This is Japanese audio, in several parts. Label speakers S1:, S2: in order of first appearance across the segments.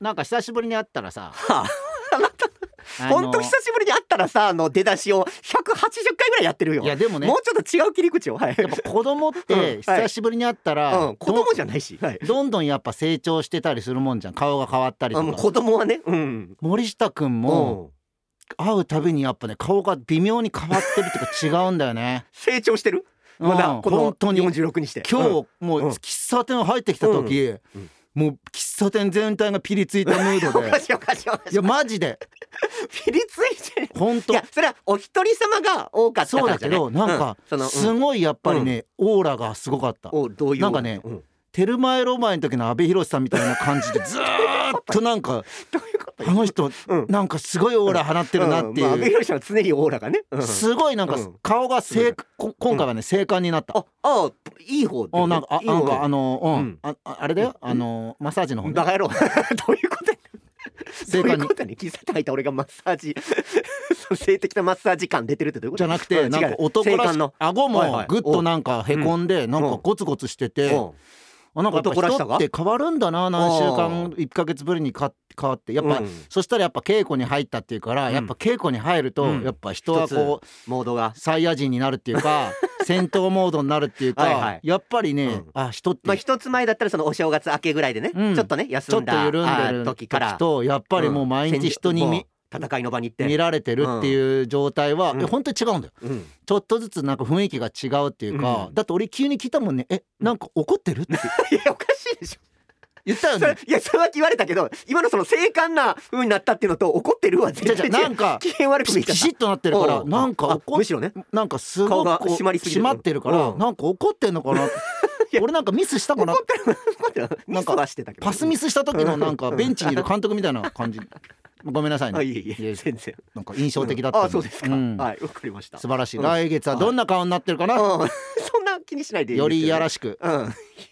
S1: なんか久しぶりに会ったらさ
S2: はあ、
S1: あの
S2: ほんと久しぶりに会ったらさあの出だしを180回ぐらいやってるよ
S1: いやでもね
S2: もうちょっと違う切り口をはい、
S1: やっぱ子供っ
S2: うん
S1: て久しぶりに会ったら、
S2: うん、子供じゃないし、はい、
S1: どんどんどんやっぱ成長してたりするもんじゃん顔が変わったり
S2: あも
S1: と
S2: う
S1: か
S2: 子供はねうん
S1: 森下くんも
S2: うん
S1: 会うたびにやっぱね顔が微妙に変わってるとか違うんだよね
S2: 成長してる ま
S1: う
S2: だ
S1: ん
S2: この
S1: 本当に
S2: 46にして
S1: 今
S2: うん
S1: 日もう
S2: うん
S1: 喫茶店入ってきた時、
S2: うんうん
S1: もう喫茶店全体がピリついたムード
S2: お
S1: で
S2: かしいおかしいおかし
S1: い
S2: い
S1: やマジで
S2: ピリついてる
S1: 本
S2: い
S1: 当
S2: やそれはお一人様が多かった
S1: そう
S2: から
S1: だ
S2: じゃ
S1: け
S2: ない
S1: どなんか
S2: うんその
S1: すごいやっぱりねオーラがすごかった
S2: うん おどういう
S1: なんかね
S2: う
S1: テルマエロマエの時の阿部寛さんみたいな感じ でずーっとなんか
S2: どういうこと
S1: あの人
S2: うん
S1: なんかすごいオーラ放ってるなって
S2: んまあ阿部
S1: いう
S2: 寛さんは常にオーラがね、うん
S1: すごいなんか
S2: うん
S1: 顔が正こ今回はね静観になった
S2: ああいい方だよね
S1: おなんかあ
S2: いい方
S1: なんかあのう
S2: うん
S1: んあああれだよあのマッサージの方ね
S2: バカ野郎 どういうことやど
S1: 静
S2: ういう
S1: 観に
S2: ことやね喫茶店入った俺がマッサージ その性的なマッサージ感出てるってどういうこ
S1: じ
S2: と
S1: ゃなく
S2: う
S1: て
S2: 違う
S1: なんか男
S2: 性
S1: ら
S2: 感
S1: し
S2: の
S1: 顎
S2: はいは
S1: も
S2: い
S1: ぐっとなんかへこんでなんかゴツゴツしてて
S2: うん
S1: あなんかやっぱ
S2: 男らしさ
S1: 人
S2: が
S1: って変わるんだな何週
S2: あ
S1: 間1か月ぶりにか変わってやっぱ、
S2: うん
S1: そしたらやっぱ稽古に入ったっていうから、
S2: うん
S1: やっぱ稽古に入ると、
S2: うん
S1: やっぱ人はこう
S2: モードが
S1: サイヤ人になるっていう か戦闘モードになるっていうか
S2: はいはい
S1: やっぱりね、
S2: うん
S1: あ人って、
S2: まあ一つ前だったらそのお正月明けぐらいでね、
S1: うん
S2: ちょっとね
S1: ちょ
S2: 休
S1: っ
S2: ん
S1: と
S2: だ
S1: 緩んで
S2: あー
S1: る
S2: 時
S1: 時
S2: から
S1: とやっぱりもううん毎日人に
S2: 戦場
S1: 見,、
S2: もう戦いの場に行って
S1: 見られてるっていう状態は、
S2: うん
S1: え本当に違うんだよ
S2: うん
S1: ちょっとずつなんか雰囲気が違うっていうか、
S2: うん
S1: だって俺急に聞いたもんね「えなんか怒ってる?」 って
S2: いやおかしいでしょ
S1: 言ったよ
S2: それ
S1: ね。
S2: いやそれは言われたけど今のその静観な風になったっていうのと怒ってるは
S1: じゃ
S2: 全
S1: じゃ
S2: 然 違う
S1: なんか
S2: 機嫌悪く
S1: ピ
S2: 見え
S1: シ
S2: ちゃ
S1: ピ
S2: っ
S1: シッ
S2: た
S1: となってるか
S2: お
S1: ら
S2: う
S1: なんか
S2: あ
S1: 怒っ
S2: むしろね
S1: なんかす
S2: 顔
S1: ご
S2: が
S1: くこう
S2: 締まりすぎて
S1: 締
S2: る
S1: まってるから、
S2: うん
S1: なんか怒ってんのかな
S2: や
S1: 俺なんかミスしたか
S2: 怒
S1: な
S2: ってる怒ってる
S1: な
S2: ミ
S1: ん
S2: ス
S1: か
S2: はしてたけど
S1: パスミスした時のなんか
S2: うん
S1: ベンチにいる監督みたいな 感じごめんなさい
S2: あい
S1: ね
S2: えい
S1: い
S2: え
S1: や
S2: 全然
S1: なんか印象的だったん
S2: あそうですか、
S1: ん
S2: はいわかりました
S1: 素晴らしい、
S2: うん
S1: 来月はどんな顔になってるかな、
S2: うん そんな気にしないでいい
S1: よりいやら
S2: し
S1: しく
S2: うん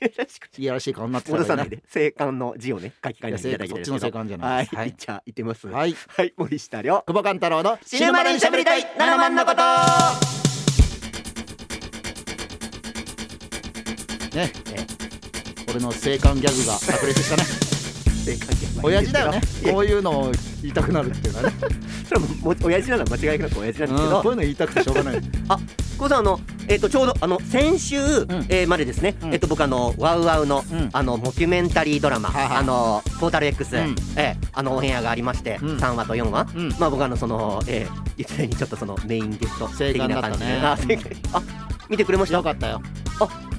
S2: いやらしく
S1: いやらしい顔になってたら
S2: 戻
S1: いいな
S2: さないで静観の字をね書き換えていただきたいですけど
S1: いや静そっちの静観じゃない
S2: は
S1: はいい
S2: じゃあ行ってみます
S1: はい
S2: はい森下亮
S1: 久保勘太郎の
S2: 死ぬまでに喋りたい7万のこと
S1: ね俺の性感ギャグが炸裂 したね
S2: 静観系はいい
S1: 親
S2: んです
S1: 父
S2: け
S1: だ
S2: ど
S1: よね
S2: いや
S1: こういうのを言いたくなるっていうのは ね、
S2: それはもう親父なら間違いなく親父
S1: う
S2: なんですけ
S1: んこう
S2: ど
S1: いうの言いたくてしょうがない
S2: あ、こうさんあのえっ、とちょうどあの先週、えーまでですね、
S1: うん
S2: えっ、と僕あのワウワウの、
S1: うん
S2: あのモキュメンタリードラマ、
S1: はいはい
S2: あのポータル X、
S1: うん
S2: えーあのオンエアがありまして、
S1: うん
S2: 3話と4話、
S1: うん
S2: まあ僕あのそのえー、いつにちょっとそのメインゲスト
S1: 正
S2: 的
S1: 解だ
S2: な
S1: った
S2: 感
S1: ね
S2: じで、あ正解あ見てくれました
S1: よかったよ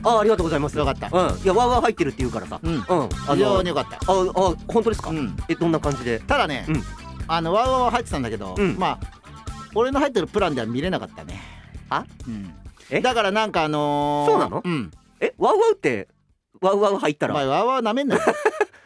S2: ああありがとうございます
S1: よかった
S2: うんいやワウワウ入ってるって言うからさ
S1: うん
S2: うんあ
S1: 非常
S2: の
S1: によかった
S2: ああ本当ですか、
S1: うん
S2: えどんな感じで
S1: ただね、
S2: うん
S1: あのワウワウは入ってたんだけど、
S2: うん
S1: まあ俺の入ってるプランでは見れなかったね
S2: あ、
S1: うん
S2: え
S1: だからなんかあのー
S2: そうなの
S1: うん
S2: えワウワウってワウワウ入った
S1: お
S2: ら
S1: 前ワウワウなめんなよ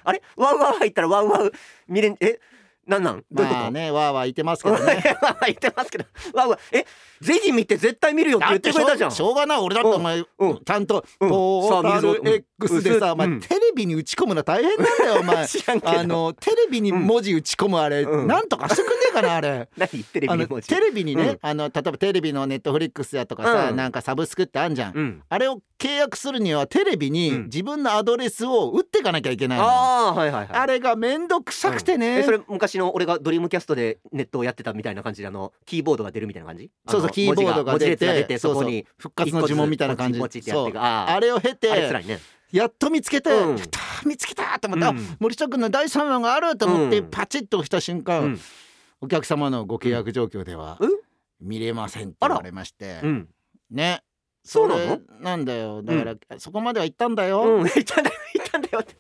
S2: あれワウワウ入ったらワウワウ見れんえなんなん どういうこと、
S1: まあねワーワーいてますけ
S2: ワ
S1: ど
S2: ウワウ
S1: ね
S2: 言ってますけどワウワウえぜひ見て絶対見るよって言ってくれたじゃん
S1: だってしょうしょうがない俺だってお前、
S2: うんうん
S1: ちゃんと
S2: うん
S1: ポ
S2: さあ
S1: ー
S2: 見る
S1: タ
S2: ぞうん
S1: ル X でさ、お前
S2: うん
S1: テレビに打ち込むの大変なんだよお 前
S2: 知らんけど
S1: あのテレビに文字打ち込むあれ、
S2: うん
S1: なんとかしてくんねえかなあれ
S2: 何 テレビ
S1: あ
S2: に
S1: の
S2: 文字
S1: テレビにね、
S2: うん
S1: あの例えばテレビのネットフリックスやとかさ、
S2: うん
S1: なんかサブスクってあんじゃん、
S2: うん
S1: あれを契約するにはテレビに
S2: うん
S1: 自分のアドレスを打っていかなきゃいけないの、
S2: ああはいはいはい
S1: あれがめんどくさくてね、
S2: えそれ昔の俺がドリームキャストでネットをやってたみたいな感じであのキーボードが出るみたいな感じ
S1: そうそ
S2: あ
S1: う
S2: の
S1: キーボードが
S2: 文字
S1: 出
S2: 列
S1: て
S2: が出てそこに
S1: そうそう復活の呪文みたいな感じ
S2: ポチポチってやっ
S1: そ
S2: て
S1: う
S2: くあ
S1: あれを経
S2: ーあれ辛
S1: て
S2: いね
S1: やっと見つけて、
S2: うん
S1: やったー見つけたと思って、あ
S2: うん
S1: 森下君の第3話があると思って
S2: うん
S1: パチッと押した瞬間、
S2: うん
S1: お客様のご契約状況では
S2: うん
S1: 見れませんって言われまして、
S2: うん
S1: ね
S2: そうなの
S1: れなんだよだから、そこまでは行ったんだよ、
S2: うん 言ったんだよ言ったんだよって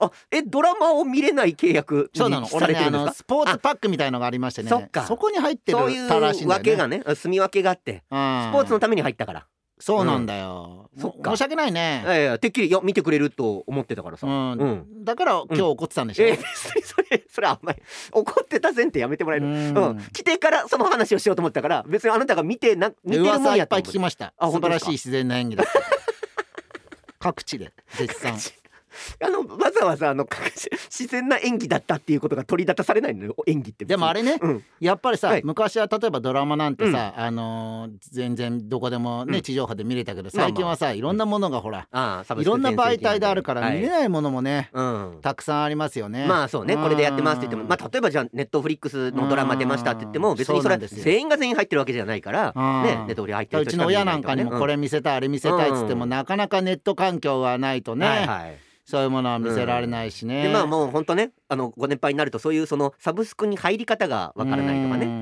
S2: あえドラマを見れない契約に
S1: そうなの
S2: さ
S1: 俺
S2: れ
S1: ね
S2: てる
S1: あの
S2: んですか
S1: スポーツパックみたいのがありましてね
S2: そっか
S1: こに入ってる
S2: そうい
S1: たらしいん
S2: う
S1: だよ
S2: わけ
S1: ね
S2: がね住み分けがあって
S1: うん
S2: スポーツのために入ったから
S1: そうなんだよ、
S2: うん
S1: も
S2: そっか
S1: 申し訳ないね、
S2: ええてっきりいや見てくれると思ってたからさ。
S1: う
S2: うん
S1: んだから今日怒ってたんでしょ、
S2: ええ別にそれそれあんまり怒ってた前提やめてもらえる。
S1: うん
S2: うん。来てからその話をしようと思ったから別にあなたが見てな見
S1: で
S2: てるも
S1: 噂
S2: ん
S1: い
S2: や
S1: っぱい聞きました
S2: あ
S1: 素晴
S2: 本 当で
S1: ら
S2: す
S1: し
S2: か
S1: い自然な演技だった各地で絶賛
S2: す。あのわざわざあの自然な演技だったっていうことが取り立たされないのよ演技って別に
S1: でもあれね
S2: うん
S1: やっぱりさ、
S2: はい
S1: 昔は例えばドラマなんてさ、あのー全然どこでもね、
S2: うん
S1: 地上波で見れたけど
S2: まあまあ
S1: 最近はさいろんなものがほら、
S2: ああサブ
S1: い
S2: スク
S1: ろんな媒体であるから
S2: はい
S1: 見れないものもね、
S2: うん
S1: たくさんありますよね。
S2: まあそうね
S1: うん
S2: これでやってますって言ってもまあ例えばじゃあネットフリックスのドラマ出ましたって言っても別に
S1: そ
S2: そ
S1: うな
S2: れ
S1: ん
S2: は
S1: ですよ
S2: 全員が全員入ってるわけじゃないから
S1: うん
S2: ねネットフリ入ってる
S1: う
S2: 人
S1: ち
S2: し
S1: の
S2: か見れ
S1: 親
S2: い
S1: なんかにも
S2: と
S1: こ
S2: ね
S1: れ見せたいあれ見せたいっつっても、
S2: うん
S1: なかなかネット環境がないと
S2: うん
S1: ね、
S2: はいはい
S1: そういうものは見せられないしね。
S2: でまあもう本当ねあのご年配になるとそういうそのサブスクに入り方がわからないとかね
S1: う
S2: うん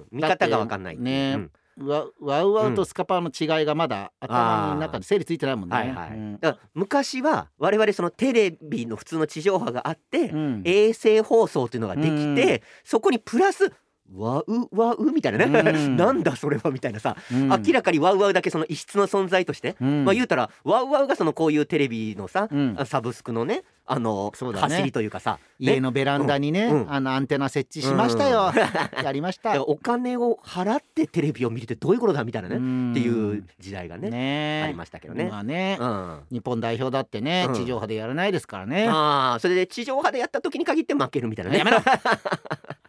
S2: ん、見方がわかんないってい
S1: だ
S2: う
S1: ってね
S2: うん
S1: ワワウワウとスカパーの違いがまだ頭の中で整理ついてないもんね。
S2: はいはい、
S1: うん
S2: だから昔は我々そのテレビの普通の地上波があって、
S1: うん
S2: 衛星放送っていうのができて、
S1: うん
S2: そこにプラスワウワウみたいなね、
S1: うん
S2: なんだそれはみたいなさ、
S1: うん
S2: 明らかにワウワウだけその異質の存在として、
S1: うん
S2: まあ言うたらワウワウがそのこういうテレビのさ、
S1: うん
S2: サブスクのねあの
S1: そうだね
S2: 走りというかさ、ね
S1: 家のベランダにね、
S2: うん
S1: あのアンテナ設置しましたよ、 やりまし
S2: だ
S1: た
S2: からお金を払ってテレビを見るってどういうことだみたいなね、
S1: ん
S2: っていう時代がね
S1: ね
S2: ありましたけどね。
S1: まあね、
S2: うん
S1: 日本代表だってね、
S2: うん
S1: 地上波でやらないですからね
S2: ああそれで地上波でやった時に限って負けるみたいなね
S1: やめろ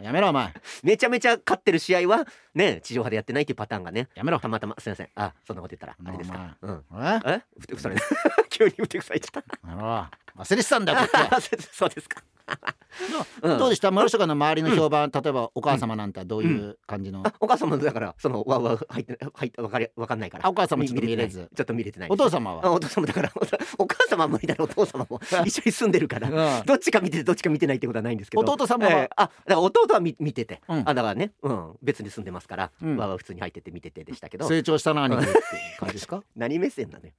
S1: やめろお前
S2: めちゃめちゃ勝ってる試合はね地上波でやってないっていうパターンがね
S1: やめろ
S2: たまたますいませんあそんなこと言ったらあれですかうん
S1: おいや
S2: えふてくされ 急にふてくされちゃっ
S1: めろ忘れてたんだよこっちは
S2: たそうですか うん
S1: どうでした室岡の周りの評判、例えばお母様なんてどういう感じの、
S2: あお母様のだからそのわわ入って入ってわかりわかんないから
S1: あお母様ちょっと
S2: み
S1: 見れ
S2: て
S1: ず
S2: ないちょっと見れてない
S1: お父様は
S2: あお父様だからお父お母様は無理だろお父様 も一緒に住んでるから
S1: うん
S2: どっちか見ててどっちか見てないってことはないんですけど
S1: 弟様は
S2: ええあだから弟は見見てて、
S1: うん
S2: あだからね、うん、別に住んでますから、
S1: うん
S2: わわ普通に入ってて見ててでしたけど
S1: 成長したな兄貴っていう感じですか
S2: 何目線なのよ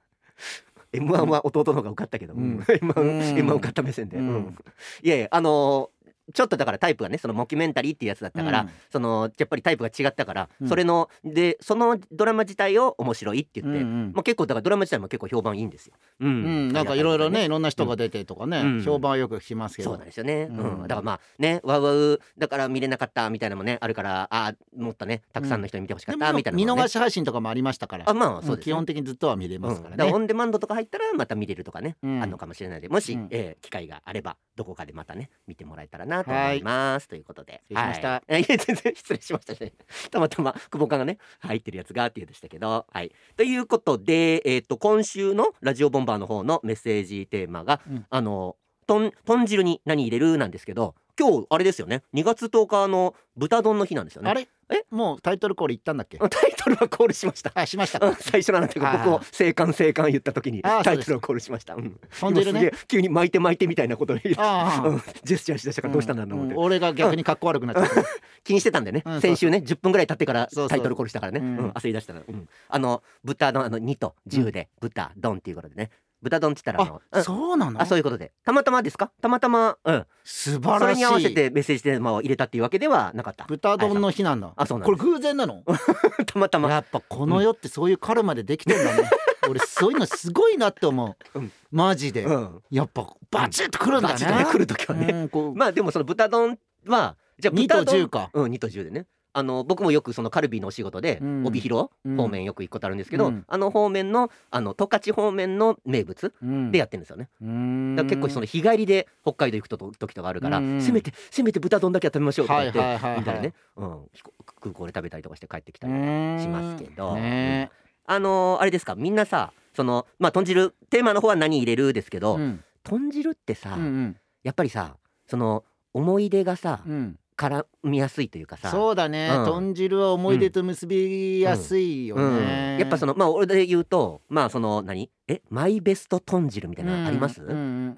S2: M1 は弟の方が受かったけど、
S1: うん
S2: M1,
S1: うん
S2: M1 受かった目線で、
S1: うん
S2: うんいやいやあのーちょっとだからタイプがねそのモキュメンタリーっていうやつだったから、
S1: うん
S2: そのやっぱりタイプが違ったから、
S1: うん
S2: それのでそのドラマ自体を面白いって言って、
S1: うんうん
S2: まあ、結構だからドラマ自体も結構評判いいんですよ。う
S1: うんん、なんかいろいろねいろんな人が出てとかね、
S2: うん
S1: 評判はよく聞きますけど
S2: そうなんですよね、うん
S1: うん
S2: だからまあねわうわうだから見れなかったみたいなのもねあるからあーもっとねたくさんの人に見てほしか
S1: で
S2: っ
S1: も
S2: たみたいなのもね、
S1: 見逃し配信とかもありましたから
S2: あ
S1: うん
S2: まあそうです、ね、
S1: 基本的にずっとは見れますか
S2: うん
S1: ら
S2: だから
S1: ね
S2: オ。ンデマンドとか入ったらまた見れるとかね、
S1: うん
S2: あるのかもしれないのでもし、
S1: うん
S2: えー機会があればどこかでまたね見てもらえたらなと思いますということで
S1: 失礼しました
S2: はい、いや全然失礼しましたね たまたま久保君がね入ってるやつがっていうでしたけどはいということでえっ、と今週のラジオボンバーの方のメッセージテーマが、
S1: うん
S2: あの豚豚汁に何入れるなんですけど今日あれですよね2月10日の豚丼の日なんですよね
S1: あれえもうタイトルコール言ったんだっけ
S2: うん タイトルはコールしました
S1: あしました
S2: う
S1: か
S2: ん。最初のあなたが僕
S1: あ
S2: を「生還生還」言った時に
S1: あー
S2: タイトルをコールしました。うん
S1: 飛んでる
S2: 今すげ
S1: ね。
S2: え急に巻いて巻いてみたいなことを言って
S1: あ
S2: うんジェスチャーしだしたからどうしたんだろうなと思っ
S1: う
S2: て、
S1: ん俺が逆に格好悪くなっちゃった。
S2: 気にしてたんだよね、
S1: うん
S2: 先週ね10分ぐらい経ってから
S1: そうそう
S2: タイトルコールしたからね
S1: うん
S2: うん焦り出したら、うんあの豚のあの2と10で豚丼っていうことでね豚丼って言ったらあの
S1: あ、
S2: うん
S1: そうなの
S2: あ。そういうことでたまたまですかたまたま、うん、
S1: 素
S2: そ
S1: 晴
S2: れ
S1: らし
S2: に合わせ
S1: い。
S2: てメッセージテーマを入れたっていうわけではなかった
S1: 豚丼の日なんだ。
S2: あそうなん
S1: こ
S2: で
S1: れ偶然なの。
S2: たまたま
S1: やっぱこの世ってそういうカルマでできてん だね。俺そういうのすごいなって思う
S2: うん。
S1: マジで
S2: う。ん
S1: やっぱバチッとくるんだ
S2: バチッとね来
S1: ね。
S2: る時はね、
S1: うんこう
S2: まあでもその豚丼はじゃあ
S1: 二
S2: 豚
S1: と
S2: 丼
S1: 十か。
S2: うん、2と10でねあの僕もよくそのカルビーのお仕事で、
S1: うん
S2: 帯広
S1: うん
S2: 方面よく行くことあるんですけど、
S1: うん
S2: あの方面のあの十勝方面の名物でやってるんですよね、
S1: うん
S2: だから結構その日帰りで北海道行くと時とかあるから、
S1: うん
S2: せめてせめて豚丼だけは食べましょうとか言って、
S1: はいはいはいはい
S2: みたいなね、うん、飛行空港で食べたりとかして帰ってきたりとか
S1: し
S2: しますけど、
S1: ね
S2: うんあのーあれですかみんなさそのまあ豚汁テーマの方は何入れるですけ
S1: え
S2: ど、
S1: うん
S2: 豚汁ってさ、
S1: うん
S2: やっぱりさその思い出がさ、
S1: うんうん
S2: 絡みやすいというかさ
S1: そうだね、
S2: うん
S1: 豚汁は思い出と結びやすいよね、
S2: うん、やっぱそ
S1: の
S2: のまあ俺で言うとまあその何えマイベスト豚汁みたいなのあります、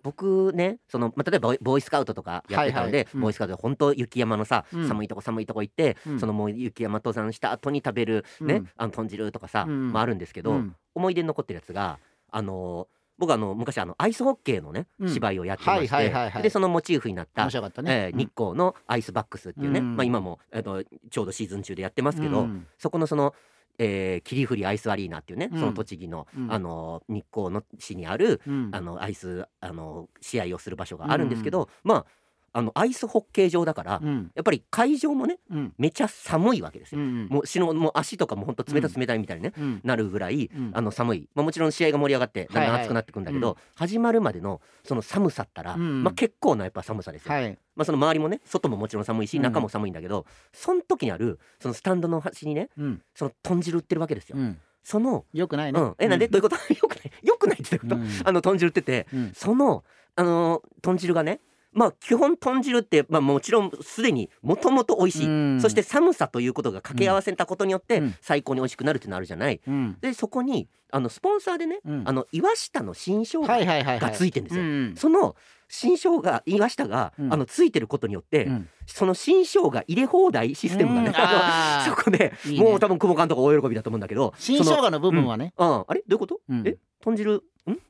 S2: 僕ねその、まあ、例えばボイボーイスカウトとかやってた
S1: は
S2: ので、
S1: いはいうん
S2: ボーイスカウトで本当雪山のさ、
S1: うん
S2: 寒いとこ寒いとこ行って、
S1: うん
S2: そのもう雪山登山した後に食べるね、
S1: うん
S2: あの豚汁とかさ、
S1: うん
S2: まあ、あるんですけど、思い出に残ってるやつがあのー僕あの昔あのアイスホッケーのね、
S1: うん
S2: 芝居をやってまして、
S1: はいはいはいはい
S2: でそのモチーフになった
S1: 面白かったね、
S2: えー日光のアイスバックスっていうね、
S1: うん
S2: まあ、今も、えっとちょうどシーズン中でやってますけど、
S1: うん
S2: そこのその、えー、霧降りアイスアリーナっていうね、
S1: うん
S2: その栃木の、
S1: うん
S2: あの日光の市にある、
S1: うん
S2: あのアイスあの試合をする場所があるんですけど、まああのアイスホッケー場だから、
S1: うん
S2: やっぱり会場もね
S1: うん
S2: めちゃ寒いわけです
S1: う
S2: よ、
S1: ん
S2: もうしのもう足とかもほんと冷たい冷たいみたいにね、
S1: うん
S2: なるぐらい、
S1: うん
S2: あの寒い、まあ、もちろん試合が盛り上がってだんだん暑くなってくんだけど、
S1: は
S2: 始まるまでのその寒さったら、
S1: うん
S2: まあ、結構なやっぱ寒さですよ、
S1: はい
S2: まあ、その周りもね外ももちろん寒いし
S1: うん
S2: 中も寒いんだけど、その時にあるそのスタンドの端にね
S1: うん
S2: その豚汁売ってるわけですよ、
S1: うん
S2: その、
S1: よくないね
S2: うん、えなんで、どういうこと よくないよくないってどういうこと、
S1: うん
S2: あの豚汁売ってて
S1: うん
S2: そのあのー豚汁がねまあ基本豚汁って、まあ、もちろんすでにもともと美味しい、
S1: うん
S2: そして寒さということが掛け合わせたことによって
S1: うん
S2: 最高に美味しくなるっていうのあるじゃない。
S1: うん
S2: でそこにあのスポンサーでね、
S1: うん
S2: あの岩下の新生姜
S1: はいはいはいはい
S2: がついてんですよ
S1: うん
S2: その新生姜岩下が、
S1: うん
S2: あのついてることによって、
S1: うん
S2: その新生姜入れ放題システムがね、
S1: うん
S2: あの
S1: あー
S2: そこで
S1: いいね
S2: もう多分久保監督大喜びだと思うんだけど
S1: 新生
S2: その
S1: 姜の部分はね
S2: ああれどういうこと、
S1: うん
S2: え豚汁ん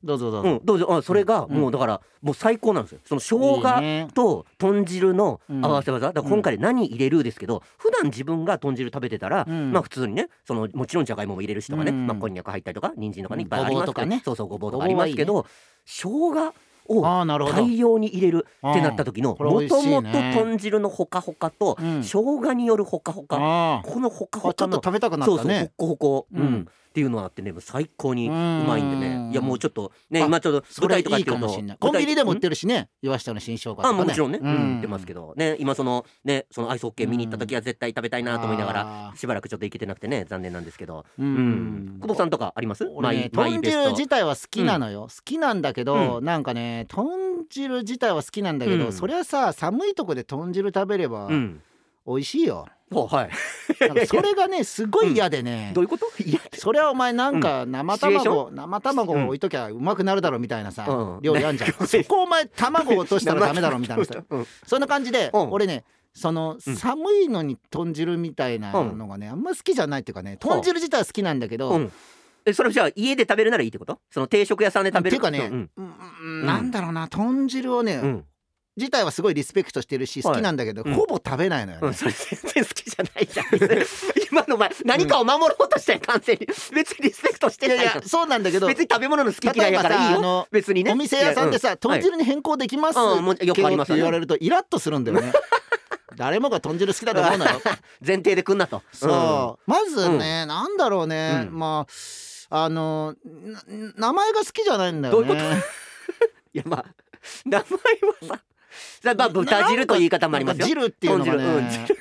S1: どうぞどう
S2: う
S1: ぞ
S2: んどうぞあそれが
S1: うん
S2: もうだからもう最高なんですよその
S1: い
S2: 生
S1: い
S2: 姜
S1: ね
S2: と豚汁の
S1: うん
S2: 合わせ技、だから今回で何入れるですけど、普段自分が豚汁食べてたら、
S1: うん
S2: まあ普通にねそのもちろんじゃがいもも入れるしとかね、
S1: うん
S2: まあこんにゃく入ったりとか人参とかね
S1: う
S2: い
S1: ん
S2: っぱいありま
S1: ごぼ
S2: すけど
S1: うとかね
S2: そうそうごぼうとかありますけ
S1: ご
S2: ど、生姜を
S1: ああなるほど
S2: 大量に入れるってなった時の
S1: これ美
S2: も
S1: 味し
S2: と
S1: いね
S2: もと豚汁のほかほかと
S1: うん
S2: 生姜によるほかほか
S1: あ
S2: このほ
S1: ああ
S2: かほ
S1: ちょ
S2: か
S1: っと
S2: の
S1: 食べたくな
S2: そ
S1: っ
S2: う
S1: た
S2: そうほっ
S1: ね
S2: こほこ、うん
S1: うん
S2: っていうのがあってね最高に
S1: う
S2: う
S1: ーん
S2: まいんでねいやもうちょっとね
S1: あ
S2: 今ちょうど
S1: そ
S2: 舞
S1: れ
S2: 台とか
S1: い
S2: や
S1: い
S2: って
S1: か
S2: る
S1: もし
S2: と
S1: れないコンビニでも売っ
S2: る
S1: てるしね岩下の新生姜とか
S2: あ
S1: ね
S2: もちろんね、う、
S1: うん
S2: 売ってますけどね今そのねそのアイスホッケー見に行った時は絶対食べたいなと思いながら
S1: ら
S2: しばらくちょっと行けてなくてね残念なんですけど、
S1: う
S2: うん
S1: ん
S2: 久保さんとかあります
S1: 俺ね
S2: マイマ
S1: 豚
S2: イベス
S1: 汁
S2: ト
S1: 自体は好きなのよ、好きなんだけど、なんかね豚汁自体は好きなんだけど、
S2: うん
S1: そりゃさ寒いとこで豚汁食べれば
S2: うん
S1: 美味しいよ、
S2: おはい
S1: なんかそれがねすごい嫌でね、
S2: どういうこといや
S1: そりゃお前なんか生
S2: シチュエーシ
S1: 卵、生卵を置いときゃうまくなるだろうみたいなさ、
S2: うん
S1: 料理あんじゃ ん、
S2: うん
S1: そこお前卵落としたらダメだろうみたいなさ
S2: うん
S1: そんな感じで、
S2: うん
S1: 俺ねその
S2: うん
S1: 寒いのに豚汁みたいなのがねあんま好きじゃないっていうかね豚汁自体は好きなんだけど、
S2: うんえそれじゃあ家で食べるならいいってことその定食屋さんで食べる
S1: っていうかね
S2: ん
S1: うんうんなんだろうな豚汁をね、
S2: うん
S1: 自体はすごいリスペクトしてるし
S2: はい
S1: 好きなんだけど、
S2: うん
S1: ほぼ食べないのよね、
S2: うん、それ全然好きじゃないじゃん別に今のお前何かを守ろうとしたよ完全に別にリスペクトして
S1: い
S2: ない
S1: やい
S2: じゃん
S1: やそうなんだけど
S2: 別に食べ物の好き嫌
S1: 例
S2: い
S1: えば
S2: だからいい
S1: さあ
S2: よ
S1: の
S2: 別にね
S1: お店屋さんでさ
S2: いや
S1: 豚汁に変更できます
S2: うんうんもうよくあります
S1: って
S2: よね
S1: 言われるとイラッとするんだよね誰もが豚汁好きだと思うのよ
S2: 前提で来んなと
S1: そうまずね、なんだろうね、
S2: うん
S1: まああのな名前が好きじゃないんだよね
S2: どういううんいやまあ名前はささまあ豚汁という言い方もありますよ
S1: なんか汁っていうのが
S2: 豚
S1: ね
S2: 汁うん汁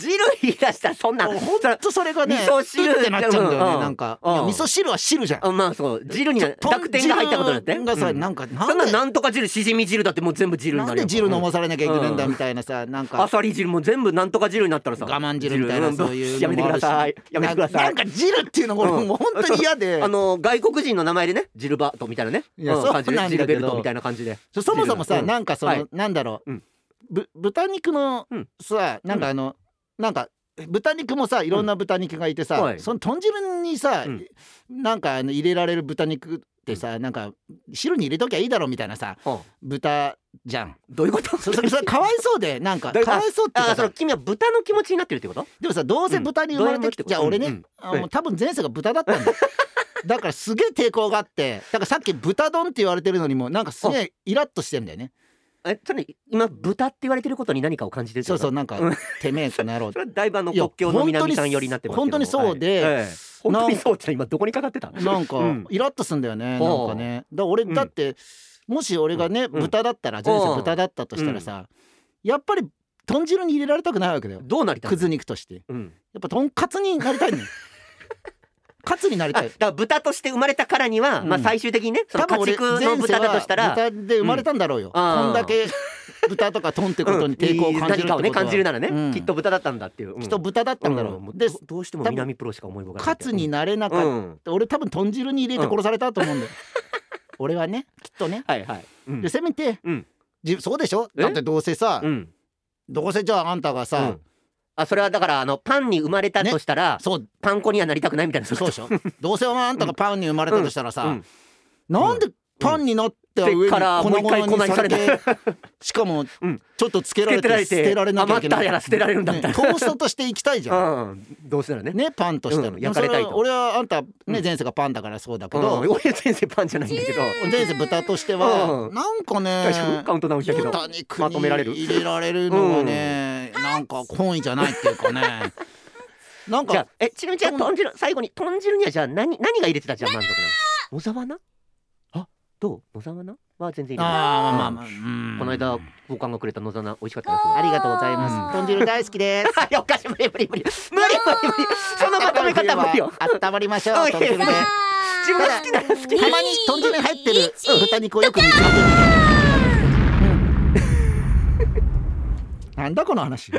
S2: 汁言い出したらそんな
S1: ほんとそれがね
S2: 味噌汁
S1: うってなっちゃうんだよね、
S2: うん
S1: なんか、
S2: うん
S1: いや味噌汁は汁じゃん
S2: あまあそう汁にな濁
S1: 豚
S2: 点が入ったことだって
S1: 汁がさ、
S2: うん
S1: なんかな
S2: そん
S1: ん
S2: な
S1: で
S2: なんとか汁しじみ汁だってもう全部汁に
S1: な
S2: なんる
S1: で
S2: よ
S1: 汁飲まされなきゃいけないんだ
S2: うん
S1: みたいなさ、なん
S2: あ
S1: か
S2: さり汁も全部なんとか汁になったらさ
S1: 我慢汁みたいな
S2: うん
S1: そういう
S2: や
S1: の
S2: めて
S1: も
S2: く
S1: あ
S2: だ
S1: るし
S2: さいやめてくださ
S1: ないんか汁っていうのが俺
S2: うん
S1: もう本当に嫌で
S2: あの外国人の名前でねジルバートみたいなね
S1: いや
S2: うん
S1: そう
S2: 感じで
S1: なんだけど
S2: ジルベルトみたいな感じで
S1: そそもそもさ
S2: うん
S1: なんかそ
S2: は
S1: の
S2: い
S1: なんだろ
S2: う
S1: うんぶ豚肉の
S2: うん
S1: さなんかあのなんか豚肉もさいろんな豚肉がいて
S2: うん
S1: さ
S2: はい
S1: その豚汁にさ
S2: うん
S1: なんかあの入れられる豚肉ってさなんか汁に入れときゃいいだろうみたいなさ
S2: ほう
S1: 豚じゃん
S2: どういうこと
S1: そそれそれかわいそうでなんか
S2: だから
S1: かわいそうっていう
S2: あ
S1: か
S2: あその
S1: さ
S2: 君は豚の気持ちになってるってこと
S1: でもさどうせ豚に生まれてきて
S2: うん
S1: じゃあ俺ね
S2: うん
S1: あもう多分前世が豚だったんだよだからすげえ抵抗があってだからさっき豚丼って言われてるのにもなんかすげえイラッとしてんだよね
S2: えそれ今豚って言われてることに何かを感じてるって
S1: そ
S2: こ
S1: う
S2: と
S1: そうなんか
S2: う
S1: てめえこの野郎
S2: それはだいぶあの
S1: いや
S2: 国境の南さん寄りになってますけども
S1: 本当にそうで
S2: はいええ本当にそうって今どこにかかってた
S1: なんか
S2: うん
S1: イラッとすんだよね、
S2: ほ
S1: なん
S2: う
S1: かねだから俺
S2: うん
S1: だって、もし俺がね、
S2: うん
S1: 豚だったら前
S2: う
S1: 世
S2: ん
S1: 豚だったとしたらさ、やっぱり豚汁に入れられたくないわけだよ
S2: どうなりたい
S1: くず肉としてや
S2: うん
S1: っぱとんかつになり たいのよカツになり
S2: あ
S1: た
S2: だ
S1: い
S2: から豚として生まれたからには
S1: うん
S2: まあ最終的にねその
S1: 多分
S2: 家
S1: 俺
S2: 畜の
S1: 前世
S2: 豚だとした
S1: は
S2: ら
S1: 豚で生まれたんだろうよ、
S2: うんあー
S1: こんだけ豚とかトンってことに抵抗を感じるってこ
S2: 何
S1: と
S2: か
S1: は
S2: をね感じるならね、
S1: うん
S2: きっと豚だったんだっていう、うん
S1: きっと豚だったんだろう、
S2: も
S1: で
S2: どどうしても
S1: 多分
S2: 南プロしか思い浮かばない
S1: カツになれなか
S2: う
S1: った、
S2: ん
S1: 俺多分豚汁に入れて殺されたと思 うんだよ、俺はねきっとね
S2: はいはい、うん
S1: でせめて、
S2: うん
S1: じそうでしょ
S2: え
S1: だってどうせさ、
S2: うん
S1: どうせじゃああんたが
S2: う
S1: さ、
S2: んあそれはだからあのパンに生まれたとしたら、
S1: そう
S2: パン粉にはなりたくないみたいな
S1: そうでしょどうせお前あんたがパンに生まれたとしたらさ、
S2: うん
S1: なんでパンになっては上に
S2: でから
S1: 粉々
S2: もう一回粉
S1: に
S2: に
S1: さ
S2: さ
S1: れ
S2: れ
S1: てしかも
S2: うん
S1: ちょっとつけられ
S2: つけてら
S1: て
S2: れ
S1: 捨
S2: て
S1: てられなきゃいけない
S2: 余ったやら捨てられるんだみたい
S1: ね
S2: な
S1: トーストとしていきたいじゃん
S2: うん、どうせならね。
S1: ねパンとしての、
S2: うん焼かれたいと
S1: でもそれは俺はあんたね、
S2: うん
S1: 前世がパンだからそうだけ
S2: うん、
S1: ど、
S2: 俺先生パンじゃないんだけど。
S1: 前世豚としては、
S2: うん
S1: なんかね
S2: 大丈夫カウントダウンしたけど。
S1: 豚肉
S2: まとめられる
S1: に入れられるのはね、なんか本意じゃないっていうかねなん
S2: じゃあ
S1: か、
S2: え、ちなみにじゃあ豚汁、最後に豚汁にはじゃあ何、何が入れてたじゃあ満足なの。野沢菜あ、どう野沢菜は全然いい。こ
S1: あーまあまあまあ、うん
S2: の間、傍観がくれた野沢菜美味しかったです。
S1: ありがとうございます、豚汁大好きです
S2: あ、よかし、無理無理無理。無理無理無理。そのまとめ方は無理よ。
S1: 温まりましょう
S2: うん
S1: 豚汁で
S2: い
S1: た
S2: や自分好きな、好きな。
S1: まに豚汁に入ってる豚肉をよく見つけてる、うんなんだこの話